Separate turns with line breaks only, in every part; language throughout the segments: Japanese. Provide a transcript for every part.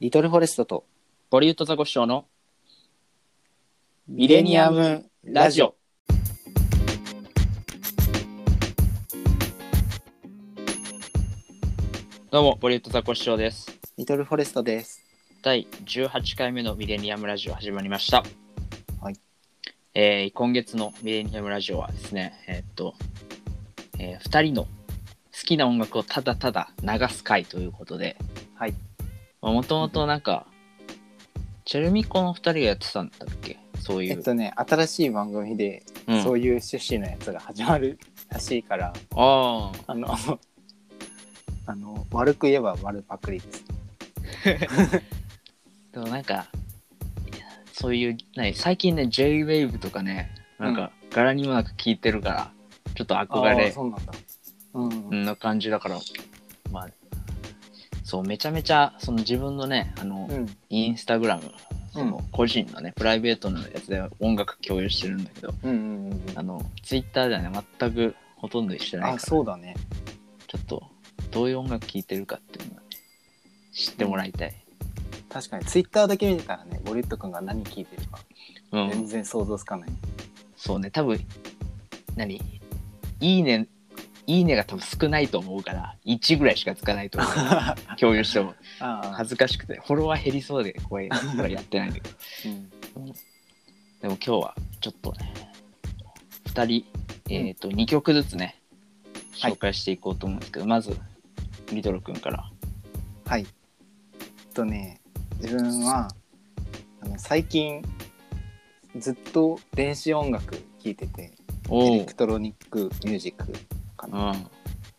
リトルフォレストと
ボリュッドザコシショウのミレニアムラジオ。どうも、ボリュッドザコシショウです。
リトルフォレストです
第18回目のミレニアムラジオ始まりました。
はい。
えー今月のミレニアムラジオはですね、えーっと、え2人の好きな音楽をただただ流す回ということで、
はい。
もともとなんか、チェルミコの2人がやってたんだっけそうい
え
う。
っとね新しい番組で
うん
そういう趣旨のやつが始まるらしいから、
ああ、
あの あの悪く言えば悪パクリです
でもなんか、そういう、ね、最近ね、J-Wave とかね、なんか、柄にもなく聴いてるから、ちょっと憧
あー
れ
そうなんだうん、うん、
な感じだから、まあ、そう、めちゃめちゃ、その自分のね、あの、インスタグラム、その個人のね、プライベートのやつで音楽共有してるんだけど、
うんうんうん
あの、Twitter ではね、全くほとんど一緒じゃない
あ
から、ちょ
そうだね
っと、どういう音楽聴いてるかっていうのはね、知ってもらいたい。
確かにツイッターだけ見てたらねボリュット君が何聞いてるか
うん
全然想像つか ない、
そうね、多分何いいね、いいねが多分少ないと思うから、1ぐらいしかつかないと思う。
あ
共 有しても
あ
恥ずかしくて、フォロワー減りそうで怖いな、これやってないんだけど。
うん
でも今日はちょっとね、2人、えっ、と、2曲ずつね、
はい
紹介していこうと思うんですけど、まず、リトル君から。
はい。えっとね、自分は、あの最近、ずっと電子音楽聴いてて、エ
お
レクトロニックミュージックか
う
な。
ん。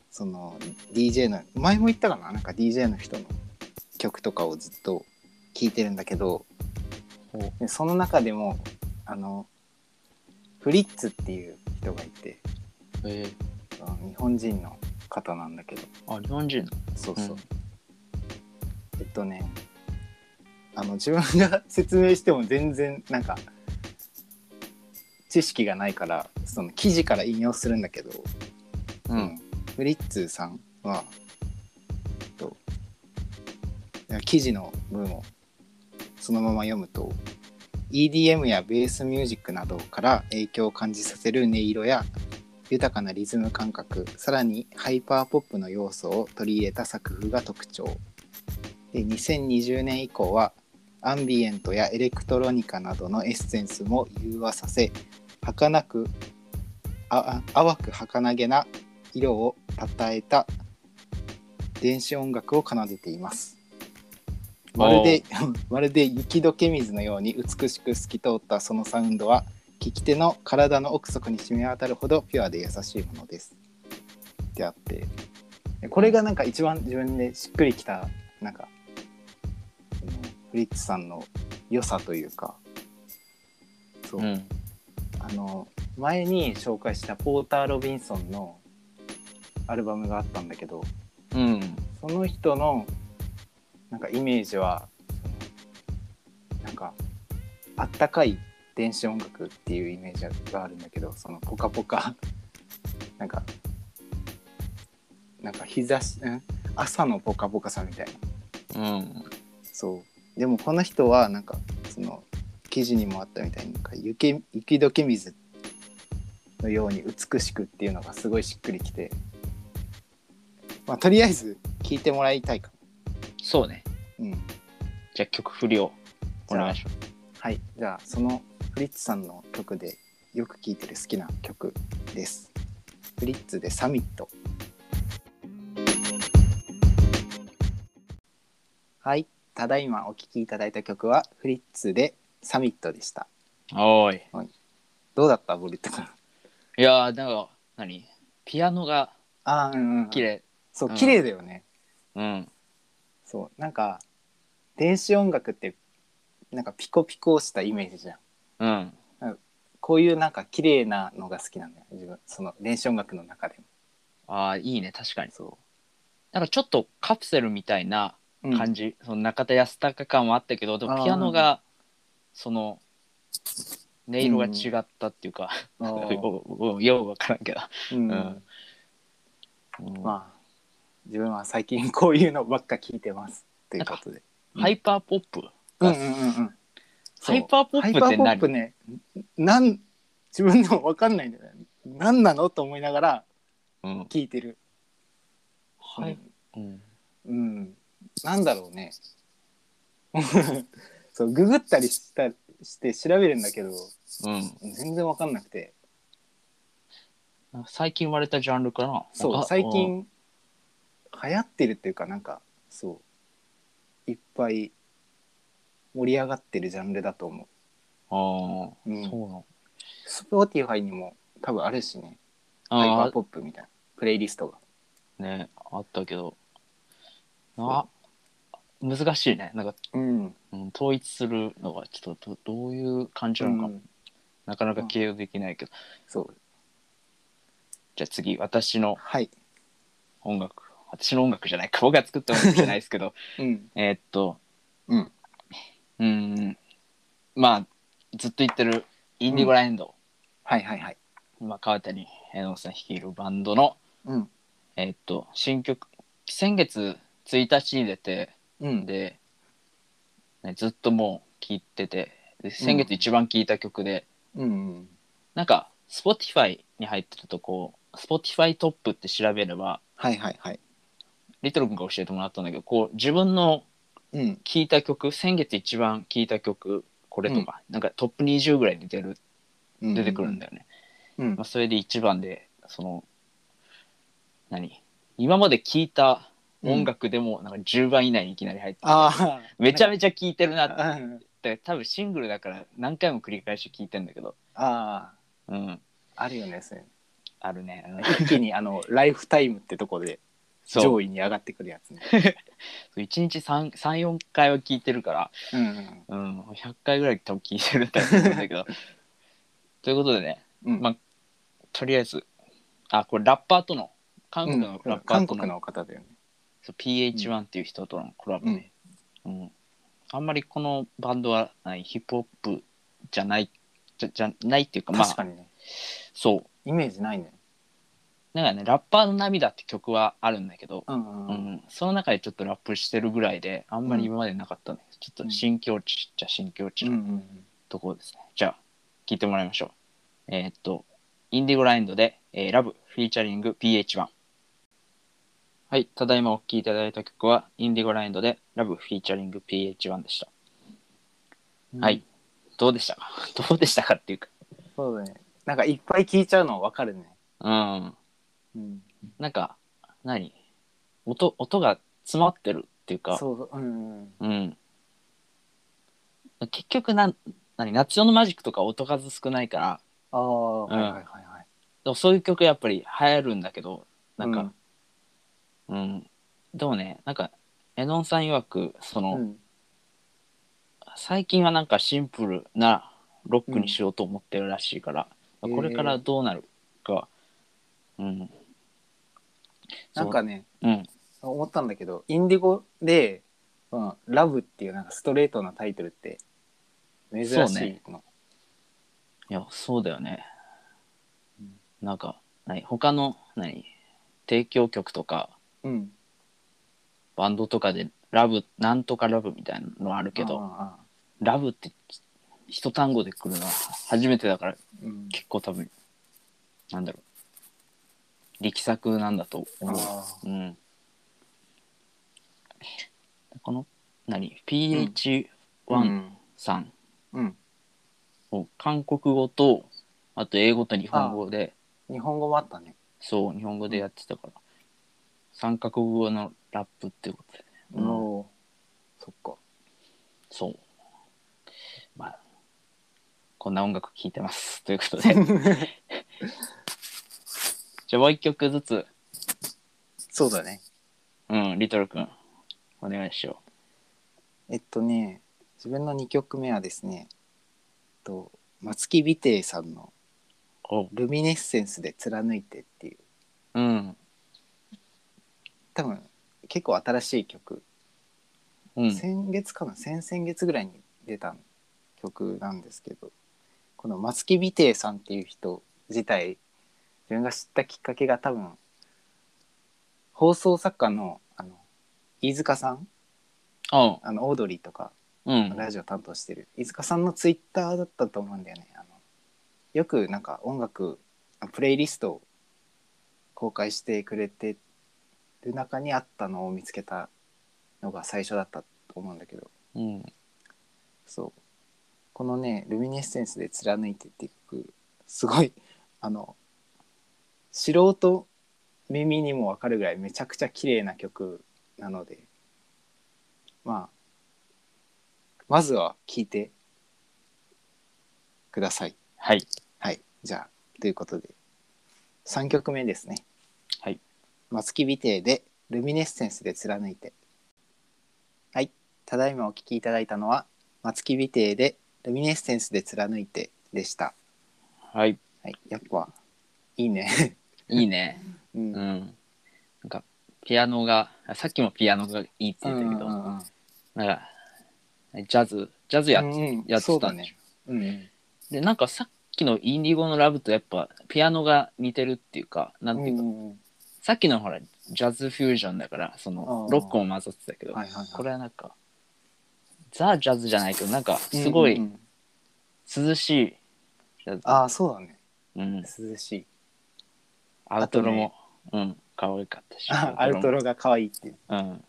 その、DJ の、前も言ったかななんか DJ の人の曲とかをずっと聴いてるんだけど、でその中でも、あの、フリッツっていう人がいて、
え
その日本人の方なんだけど、
ーあ、日本人の。
そうそう。
うん
えっとね、あの自分が説明しても全然なんか知識がないからその記事から引用するんだけど、
う
うん。フリッツさんは、えっと、いや記事の文をそのまま読むと EDM やベースミュージックなどから影響を感じさせる音色や豊かなリズム感覚さらにハイパーポップの要素を取り入れた作風が特徴で2020年以降はアンビエントやエレクトロニカなどのエッセンスも融和させ儚くああ淡く儚げな色をたたえた電子音楽を奏でていますまるで まるで雪解け水のように美しく透き通ったそのサウンドは聞き手の体の奥底に染み渡るほどピュアで優しいものですってあってこれがなんか一番自分でしっくりきたなんかそのフリッツさんの良さというかそう、
うん。
あの前に紹介したポーター・ロビンソンのアルバムがあったんだけど
うん。
その人のなんかイメージはそのなんかあったかい電子音楽っていうイメージがあるんだけどそのポカポカなんかなんか日差しん朝のポカポカさみたいな
うん。
そうでもこの人はなんかその記事にもあったみたいになんか雪雪解け水のように美しくっていうのがすごいしっくりきて、まあ、とりあえず聞いてもらいたいか
そうね。
も、うん、
じゃあ曲振りをお願いします。
はいじゃあそのフリッツさんの曲でよく聴いてる好きな曲ですフリッツでサミットはいただいまお聴きいただいた曲はフリッツでサミットでした
おーい。
どうだったボリット君
いやー、なんか、何ピアノが
ああうん、うん、
綺麗。
そう
うん
綺麗だよね、
うん。
そうなんか電子音楽ってなんかピコピコしたイメージじゃん
うん。
こういうなんか綺麗なのが好きなんだよ自分その電子音楽の中でも
ああ、いいね、確かに。
そ
なんかちょっとカプセルみたいな
う、うん
感じ、その中田康隆感はあったけど、で
あ
も
ー
ピアノが、その、音色が違ったっていうか、
うんあー
よう ようようわからんけど。
うん
うんうん
まあ自分は最近こういうのばっか聞いてますということで
ハイパーポップ
うん
が、
うんうんうん。
ハイパーポ
ハ
ッ
イ
プ
パ
っ
ー
て
ポップ
何
ね、なん、自分でもわかんないんだよね。何なのと思いながら
うん
聞いてる。
はいうん
うん。なんだろうね。 そう、ググったりしたして調べるんだけど、
うん
全然わかんなくて。
なんか最近生まれたジャンルかな
そ
なん
う、
か
最近、流行ってるっていうか、なんか、そう、いっぱい盛り上がってるジャンルだと思う。
ああ、
うん
そうなの
Spotify にも多分あるしね。ハイパ
あ
ーポップみたいな。プレイリストが。
あねあったけどあ難しいねなんか、
うん。
うん、統一するのがちょっとどどういう感じなのか、
うん
なかなか形容できないけど
そう。
じゃあ次私の
はい。
音楽私の音楽じゃないか僕が作った音楽じゃないで すけど
うん。
えーっと
うん。
うーんまあずっと言ってるインディゴラエンド、
はいはいはい。
まあ、川谷絵音さん率いるバンドの
うん。
えーっと新曲先月1日に出て
うん。
で、ね、ずっともう聴いててで先月一番聴いた曲で、
うん。
なんか Spotify に入ってるとこう Spotify トップって調べれば
はいはいはい。
リトル君が教えてもらったんだけどこう自分の
うん。
聴いた曲先月一番聴いた曲これとか、なんかトップ20ぐらいで出る出てくるんだよね、
うん
まあ、。それで一番でその何今まで聴いた音楽でもなんか10番以内にいきなり入ってて、
ああ。
めちゃ
めち
めちゃ聴いてるなって
ゃ。うん
って多分シングルだから何回も繰り返し聞いてんだけど
あ
うん
あ。あるよね、それ。
あるね、うん
一気にあの、ライフタイムってとこで
そう
上位に上がってくるやつね。
そう1日34回は聞いてるから、
うんうん
うん、100回ぐらい多分聞いてるんだと思うん だけどということでね
うん。うん
まあとりあえずあこれラッパーとの韓国のラッパー
韓
と
国
の,、
の方だよね。
そう PH1 っていう人とのコラボね、うんあんまりこのバンドはないヒップホップじゃないじゃじゃないっていうかま
確か
あ
にね。
そう
イメージないね。
なんかね「ラッパーの涙」って曲はあるんだけど、
うん
う
うん。
ん、その中でちょっとラップしてるぐらいであんまり今までなかったんだけど、ちょっと新境地っちゃ新境地
うんう
の
ん
ところですね、じゃあ聞いてもらいましょうえーっとインディゴラインドで「えーラブフィーチャリング PH1」はいただいまお聴きいただいた曲はインディゴラインドで「ラブフィーチャリング PH1」でした、
うん。
はい。どうでしたか どうでしたかっていうか
そうだね。なんかいっぱい聞いちゃうのわかるね。
うん
うん。
なんか何音音が詰まってるっていうか
そう、うんうん。
うん。結局なん、何、夏用のマジックとか音数少ないから、
ああ、はい
うん
はいはいはい。
でもそういう曲やっぱり流行るんだけど、なんか、うん、でもね、なんか、エノンさん曰く、その、
うん、うん。
最近はなんかシンプルなロックにしようと思ってるらしいから、
うん
これからどうなるか、うん。
なんかね、
そう、うん、
思ったんだけど、インディゴで、うん、ラブっていうなんかストレートなタイトルって珍しいの。
そうねいや、そうだよね。なんか、何、他の、何、提供曲とか、
うん。
バンドとかでラブなんとかラブみたいなのあるけ
あ
ど
あああ
ラブって一単語で来るのは初めてだから
うん、
結構多分なんだろう力作なんだと思
ああ
う、うん、この何 PH1
うん。
さん
うん。
を韓国語とあと英語と日本語で
日本語もあったね。
そう日本語でやってたから三角語のラップってことでうん
おーそっか。
そう。まあ、こんな音楽聴いてます。 というこ とで。じゃあもう一曲ずつ、
そうだね。
うん、リトルくん、お願いしよ
えっとね、自分の2曲目はですね、えっと、松木美帝さんの
う。お
ルミネッセンスで貫いてっていう、
うん。
多分結構新しい曲
うん。
先月かな先々月ぐらいに出た曲なんですけどこの松木美帝さんっていう人自体自分が知ったきっかけが多分放送作家のあの飯塚さん
あ
あのオードリーとか
うん。
ラジオ担当してる飯塚さんのツイッターだったと思うんだよねあのよくなんか音楽あプレイリストを公開してくれてる中にあったのを見つけたのが最初だったと思うんだけど
うん。
そうこのね「ルミネッセンスで貫いて」っていう曲すごいあの素人耳にもわかるぐらいめちゃくちゃ綺麗な曲なのでまあまずは聴いてください
はい。
はいじゃあということで3曲目ですね
はい
松木美帝でルミネッセンスで貫いてはいただいまお聴きいただいたのは松木美帝でルミネッセンスで貫いてでした
はい。
はいやっぱいいね
いいね。
うん
うん。なんか、ピアノが、あさっきもピアノがいいって言ってたけど、
うんうんうん
なんか、ジャズ、ジャズやっ,、
うんうん
やっ
そ
て
う
た
だ
んでし
ねうんうん
ょで、なんかさっきのインディゴのラブとやっぱ、ピアノが似てるっていうか、なんていうか、
うんうん
さっきのほら、ジャズフュージョンだから、そ
あ
の、
ー
ロックも混ざってたけど、
はいはいはい
これはなんか、ザ・ジャズじゃないけど、なんか、すご
うんう
い
んうん
涼しいジャズ。
ああそうだね
うん、
涼しい
アウトロも、うん、可愛かったし。
あ アウト
ロ
ロが可愛いっていう
も。うん。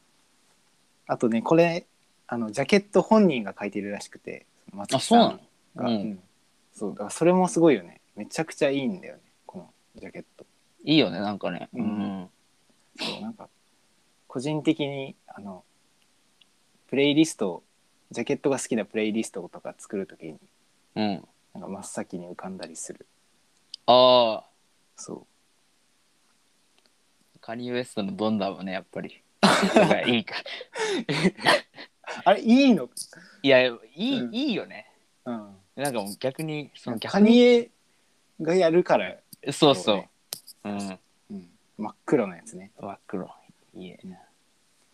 あとねこれあのジャケット本人が書いてるらしくてその松木さん
あそうなの
が
うん
そうだからそれもすごいよねめちゃくちゃいいんだよねこのジャケット
いいよね、なんかね。う。
うんそうなんか個人的にあのプレイリストをジャケットが好きなプレイリストとか作るときに
うん。
なんか真っ先に浮かんだりする
ああ、
そ
カニウエストのドンダはね、やっぱり。がい いか。
うあれいいの、
いや、いい、
うん
いいよね。
うん、
なんかもう逆に、その
カ
逆に。
ニエがやるから、
そうそ
そう
う。うん。
うん、真っ黒なやつね
真っ黒。いいね。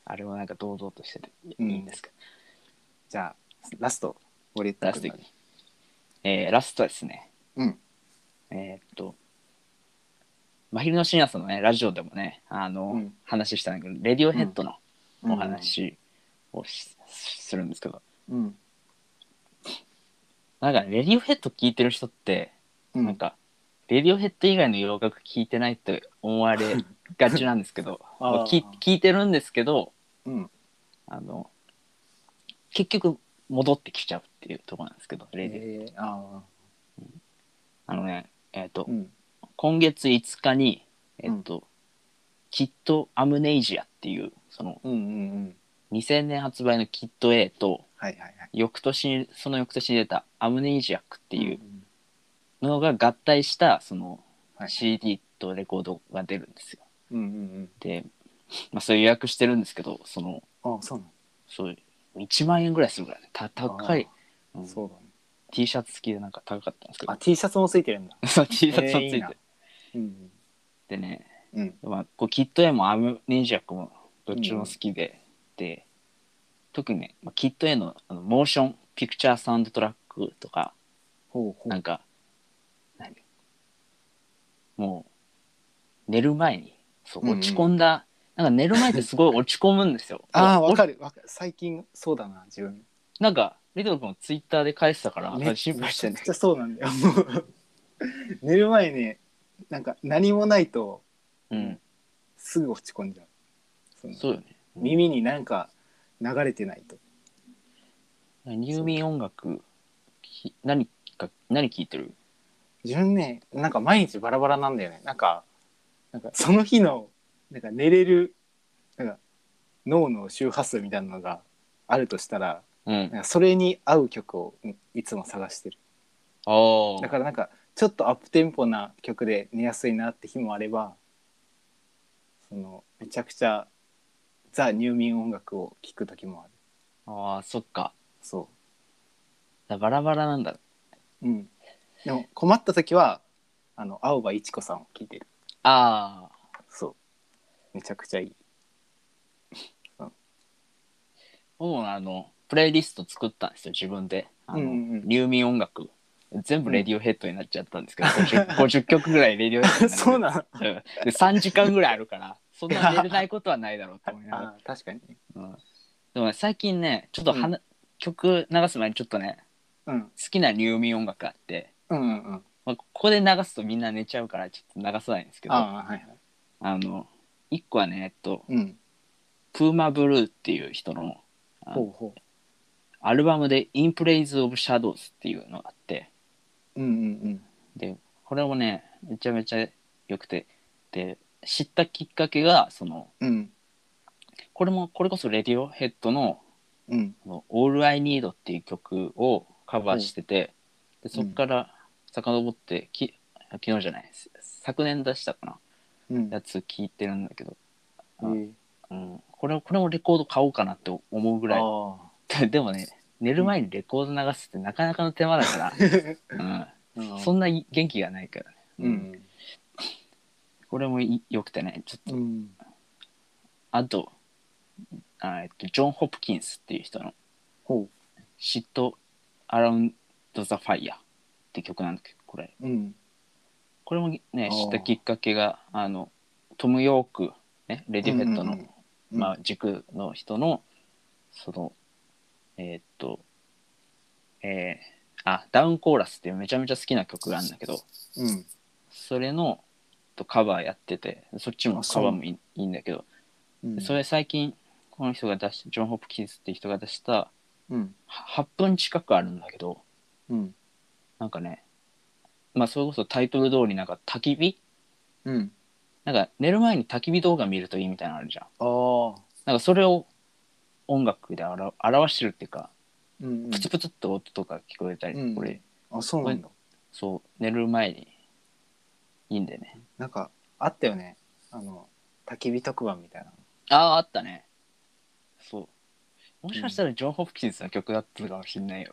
あれもなんか堂々としてて、いい
うん
いいんですか。
じゃあラストウォレット
ラストいきえー、ラストはですね。
うん
えーっと、真昼の深夜さんのね、ラジオでもね、あの、
うん
話したんだけど、レディオヘッドの
うん
お話をし、するんですけど、
うん、
なんか、レディオヘッド聞いてる人って、
うん、、
なんか、レディオヘッド以外の洋楽聞いてないって思われがちなんですけど
あー
聞聞いてるんですけど、
うん
あの、結局戻ってきちゃうっていうところなんですけど、レディオ
えー、あ
あのね、えっ、と、
ーうん
今月5日に、えっ、と、キットアムネイジアっていう、その
うんうんうん
2000年発売のキット A と、
はいはいはいっ
翌年に、その翌年に出たアムネイジアックって
て
いうのが合体した、その
はい
CD とレコードが出るんですよ。
うんうん
で、まあ、それ予約してるんですけどその
うんあそうな
そう1万円ぐらいするからいねた高い、う
の
ん
そうだね
T シャツ付きでなんか高かったんですけ
あ
ど
T シャツもついてるんだ
そう T シャツも
えーいい
付い
な
て
うん
でね、
うん
まあ、こうキット A もアムネジアックもどっちも好きで、で特にね、まあ、キット A のあのモーションピクチャーサウンドトラックとか
ほうほ
な
うん
か何もう寝る前にそう落ち込んだ、なんか寝る前ってすごい落ち込むんですよ
ああわ
る
かるわかる最近そうだな自分
なんか、レトロ君もツイッターで返してたから、
め
心配して
めっちゃそうなんだよ もう寝る前ねなんか何もないと
うん。
すぐ落ち込んじゃうその
そうよね。
耳になんか流れてないと
入眠音楽、き何か、何聞いてる
自分ねなんか毎日バラバラなんだよねなんかなんかその日のなんか寝れるなんか脳の周波数みたいなのがあるとしたら
うん。あ
なんかそれに合う曲をいつも探してる
あ。
だからなんかちょっとアップテンポな曲で寝やすいなって日もあればそのめちゃくちゃザ入眠音楽を聴く時もある
ああ、そっか。
そ
だバラバラなんだ。
ううんでも困った時はあの青葉一子さんを聴いてる
ああ。
そうめちゃくちゃいい
僕もあの、プレイリスト作ったんですよ、自分で。あの、
うんうんうん
入眠音楽。全部レディオヘッドになっちゃったんですけど、50, 50曲ぐらいレディオヘッドになる
そうなの
うんで3時間ぐらいあるから、そんな寝れないことはないだろうと思いながら。
あー確かにね
うんでもね、最近ね、ちょっとはな、曲流す前にちょっとね、
うん
好きな入眠音楽があって、
うんうんうん
まあ、ここで流すとみんな寝ちゃうからちょっと流さないんですけど、
あ
あ
あはいはい
の、一個はね、えっと、
うん
プーマブルーっていう人のあ
ほうほ
アルバムで「In Praise of Shadows」っていうのがあって、
ううんうん
で、これもね、めちゃめちゃ良くて、で、知ったきっかけが、その、
うんうん
これも、これこそレディオヘッドの
うん
あの「All I Need」っていう曲をカバーしてて、でそこから遡ってき昨日じゃないです昨年出したかな
うん
やつ聞いてるんだけど、
えー
うん、これこれもレコード買おうかなって思うぐら
あ
いでもね寝る前にレコード流すってなかなかの手間だか
ー
ら、
う
うんん、そんな元気がないからね、
う、ん
これもい良くてねちょっと
うん
あとあえっとジョン・ホプキンスっていう人の
ほ
「嫉妬アラウンド・ザ・ファイヤー」って曲なんだけどこれ
ううん
これもね
あー
知ったきっかけがあのトム・ヨーク、ね、レディフェットの、
うんうんうん
まあ、軸の人のそのえーっとえーあダウンコーラスっていうめちゃめちゃ好きな曲があるんだけど
うん
それのとカバーやっててそっちも
あそ
カ
う
バーもいいいいんだけど、
うん
それ最近この人が出したジョン・ホプキンスっていう人が出した
うん
は8分近くあるんだけど
うん
なんかねまあそれこそタイトル通りなんか焚き火
うん
なんか寝る前に焚き火動画見るといいみたいなのあるじゃん。
ああ
なんかそれを音楽で表表してるっていうか、
うんうん
プツプツっと音とか聞こえたり、
うん
これ、
あそうなんだ
そう、寝る前にいいんでね。
なんかあったよねあの焚き火特番みたい な
ああ、あったね。そう。もしかしたらジョン・ホプキンスの曲だったかもしれ ないよ。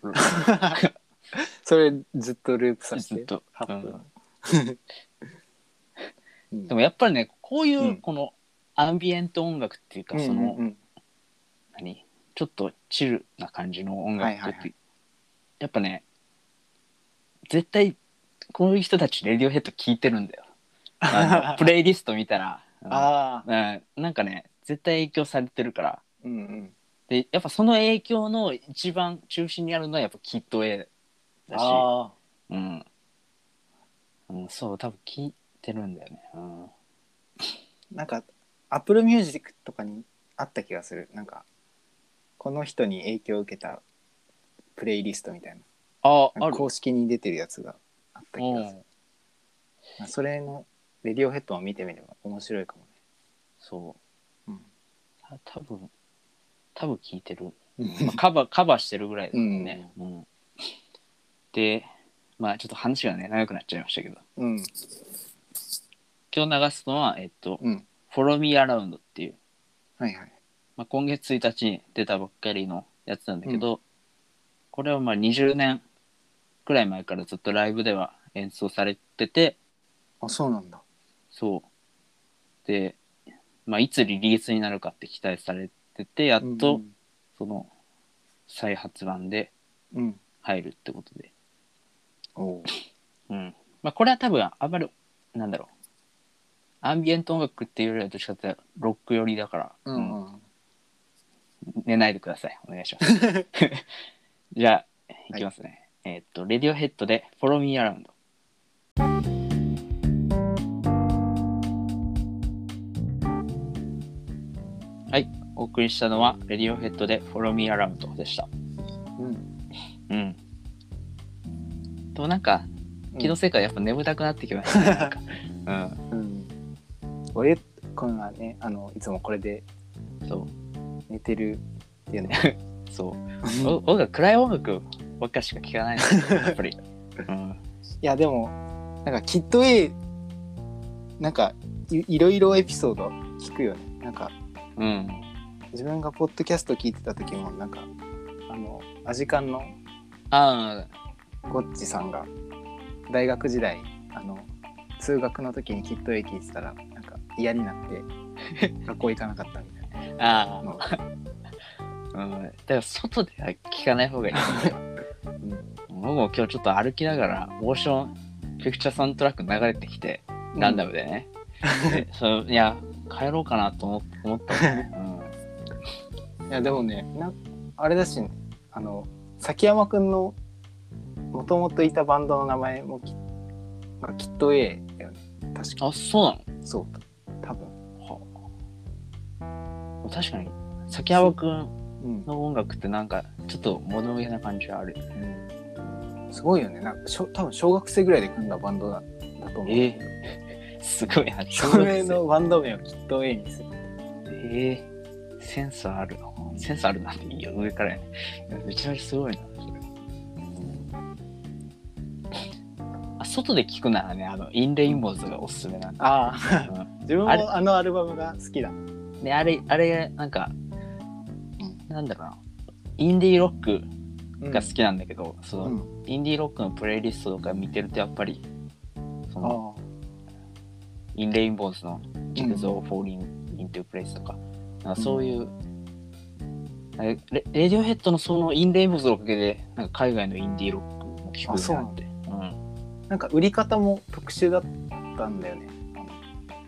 それずっとループさせ
ずってと。
8
うん
分、 うん
でもやっぱりね、こういううんこのアンビエント音楽っていうか、そ
う
の、
んうん
何ちょっとチルな感じの音楽って、
はいはいはい
やっぱね絶対こういう人たちレディオヘッド聞いてるんだよあ のプレイリスト見たら
うん、ああ
うんなんかね絶対影響されてるから
うんうん
でやっぱその影響の一番中心にあるのはやっぱキッド A だし
ああ
うん、うん、そう多分聞いてるんだよね、うん、
なんかアップルミュージックとかにあった気がするなんかこの人に影響を受けたプレイリストみたいな
あ
な
あ
ん
る
か公式に出てるやつがあった気がする
うん
まあそれのレディオヘッドを見てみれば面白いかもね
そう
うん
た多分多分聞いてる
うん
まあカバー、カバーしてるぐらいだもんね。うんで、まあちょっと話がね、長くなっちゃいましたけど、
うん
今日流すのは、えっと、
うん
フォローミーアラウンドっていう、
はいはい
まあ、今月1日に出たばっかりのやつなんだけど、これはまあ20年くらい前からずっとライブでは演奏されてて、
あそうなんだ
そう。で、まあいつリリースになるかって期待されてて、やっとその再発版で
うんうん、うん
入るってことで。
おう
うん。まあ、これは多分、あんまり、なんだろう。アンビエント音楽っていうよりは、どっちかっていうとロック寄りだから、
うん
うん
うん
寝ないでください。お願いします。 じゃあ、いきますね。えーっと、レディオヘッドで、フォローミーアラウンド。はい、お送りしたのは、レディオヘッドで、フォローミーアラウンドでした。
うん
うん。でもなんか、気のせいかやっぱ眠たくなってきましたね。なんかうん。
うん、俺こんなねあのいつもこれで
そう
寝てるっていうの
そう
い
お音楽暗い音楽ばっかしか聴かないのやっぱり、うん、
やでもなんかきっとえなんかいいろいろエピソード聞くよねなんか
うん、
自分がポッドキャスト聞いてた時もなんかあのアジカンの
あ
ゴッチさんが大学時代あの通学の時にきっとえ聞いてたらなんか嫌になって 学校行かなかったみたい
ーあ
なの
ー、うん、だから外では聴かない方がいい、
うん
僕も今日ちょっと歩きながらモーションピクチャーサントラック流れてきてランダムでね、でそのいや帰ろうかなと思思ったのね、うん、
やでもねなあれだし、ね、あの崎山くんのもともといたバンドの名前もき,、まあ、きっと A だよね確か
あ、そうな
そう多分
の確かに、崎山くん
うん、
の音楽ってなんか、ちょっと物憂げな感じはある。
うん、すごいよねなんかしょ多分小学生ぐらいで組んだバンドだだと思う
ええすごいな。
それのバンド名をきっと A にする
ええセンスあるな。センスあるなっていいよ、上からやね。めちゃめちゃすごいな、それ。あ外で聞くならね、あの、インレインボーズがおすすめ なんだ。
ああ 自分
あれ
もあのアルバムが好きだ
で、あれ、あれ、なんか、なんだろうな。インディーロックが好きなんだけど、その、
うん
インディーロックのプレイリストとか見てると、やっぱり、そ
あ
の、
あ
インレインボーズの「キクゾー・フォーリン・イントゥ・プレイス」とかなんかそういう、あれレレディオヘッドのそのインレインボーズのおかげでなんか海外のインディーロックも聞くようになって
なんか売り方も特殊だったんだよね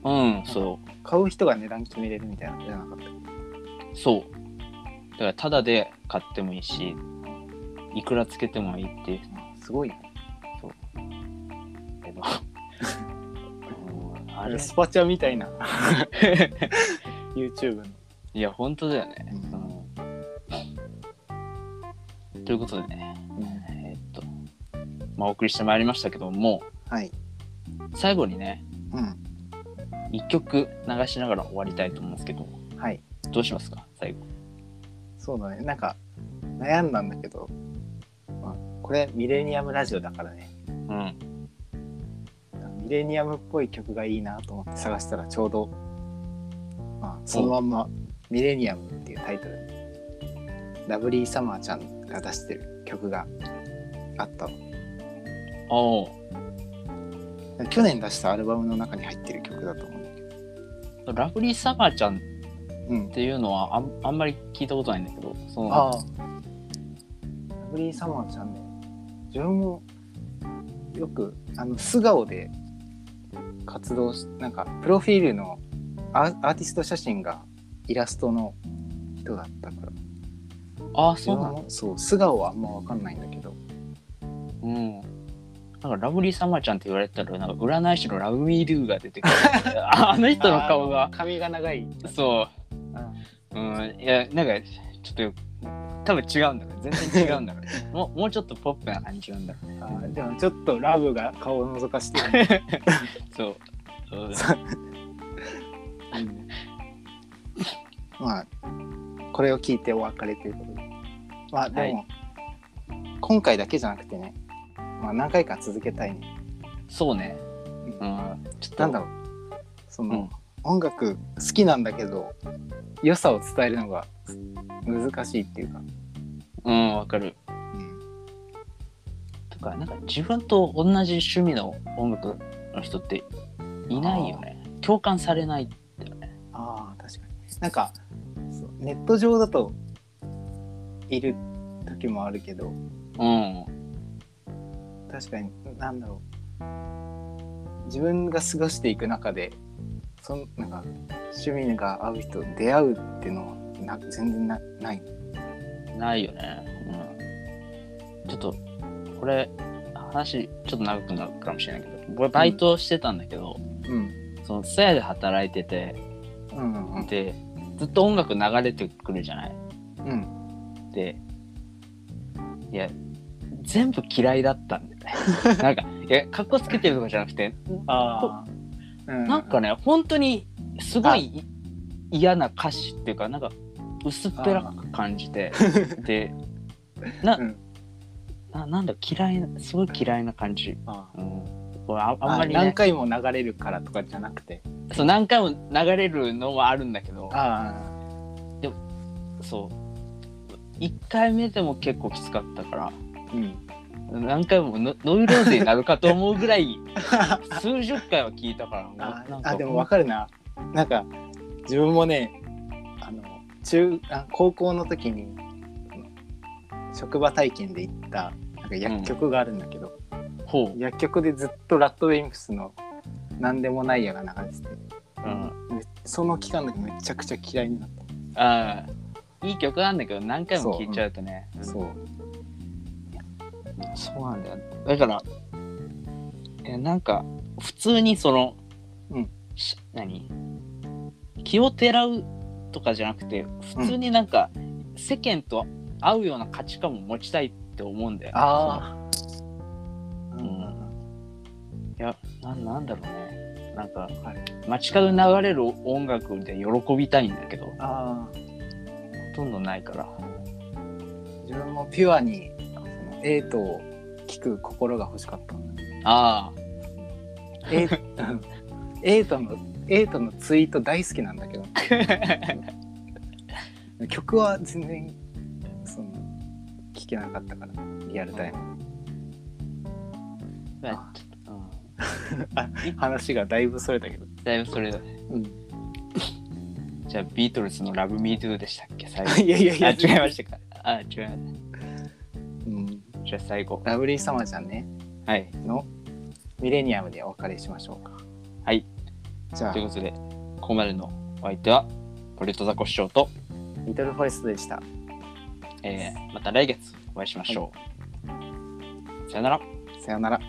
うん、うん、そ
買う人が値段決めれるみたいなのじゃなかった
うそうだからタダで買ってもいいしいくらつけてもいいっていう
すごいね
け どうんあ
あ
れ
れスパチャみたいな YouTube の
いや本当だよね、
う
うんということでねえーっとまあお送りしてまいりましたけども
はい
最後にね
うん
一曲流しながら終わりたいと思うんですけど
はい
どうしますか最後
そうだねなんか悩んだんだけど、まあ、これミレニアムラジオだからね
うん
ミレニアムっぽい曲がいいなと思って探したらちょうど、まあ、そのまんま「ミレニアム」っていうタイトルラブリーサマーちゃんが出してる曲があったの
お
去年出したアルバムの中に入ってる曲だと思うんだけど、
おラブリーサマーちゃんっ
うん、
ていうのはあんあんまり聞いたことないんだけどその
ああラブリーサマーちゃんね自分もよくあの素顔で活動しなんかプロフィールのアアーティスト写真がイラストの人だったから
ああそうなの
自分もそう素顔はあんま分かんないんだけど
うんなんかラブリーサマーちゃんって言われたらなんか占い師のラブミードゥが出 てくるあの人の顔が
髪が長い
そうううんいやなんかちょっとよ多分違うんだろうね全然違うんだろう ねもうもうちょっとポップな感じなんだろうん
あーでもちょっとラブが顔を覗かしてる
そうそう
まあこれを聞いてお別れということでまあでも、
はい
今回だけじゃなくてね、まあ、何回か続けたいね、
そうね
うん
うんちょっと
なんだろうその、
うん
音楽好きなんだけど良さを伝えるのが難しいっていうか、
うんわかるとか、なんか自分と同じ趣味の音楽の人っていないよね。共感されない。
ああ確かになんかそうネット上だといる時もあるけど
うん。
確かに何だろう自分が過ごしていく中でそのなんか趣味が合う人出会うっていうのはな全然なない
ないよね。うん。ちょっと、これ、話ちょっと長くなるかもしれないけど、僕バイトしてたんだけど、
うん
その、ツヤで働いてて、
うんうん
で、ずっと音楽流れてくるじゃない
うん
で、いや、全部嫌いだったんだ よね。なんか、いや、かっこつけてるとかじゃなくて、
ああ
なんかね、本当にすごい嫌な歌詞っていうか、なんか薄っぺらく感じて、 で、な、
うん
ななんだ、嫌いな、すごい嫌いな感じ。
あ
うん、これあ
あ
あんまり、ね、
何
何
回
回
も流れるからとかじゃなくて
そう何回も流れるのはあるんだけど、
あ
そう。1回目でも結構きつかったから、
あうん
何回もノノイローゼになるかと思うぐ らい、数十回は聞いたから、もう
あ
なんか
あでもわかるななんか自分もねあの中あ高校の時にその職場体験で行ったなんか薬局があるんだけど、
ほう、
薬局でずっとラッドウィンプスの「なんでもないや」が流れてて
うん、
めその期間だけめちゃくちゃ嫌いになった
ああ、いい曲なんだけど何回も聴いちゃうとねうん
そう
そうなんだよだからえなんか普通にその、
うん
し何気をてらうとかじゃなくて普通になんか世間と合うような価値観を持ちたいって思うんだよ、ね、
ああ
いやななんだろうねなんか、
はい
街角に流れる音楽みたいに喜びたいんだけどほ
あー
とんどないから
自分もピュアにそのエイトを聞く心が欲しかったんだ
あ
エイエイトのエイトのツイート大好きなんだけ ど曲は全然その聞けなかったからリアルタイム、
あ、
あ
う
話がだいぶそれたけど、
ん、だいぶそれだね
うん、
じゃあビートルズの「ラブミートゥーでしたっけ最後
い やいやいや
あ違いましたかあ違いまし
うん、
たじゃあ最後
ラブリーサマーちゃんね
はい
のミレニアムでお別れしましょうか
はい
じゃあ
ということでここまでのお相手はポレットザコ市長と、
リトルフォレストでした
えーまた来月お会いしましょう、さよなら
さよなら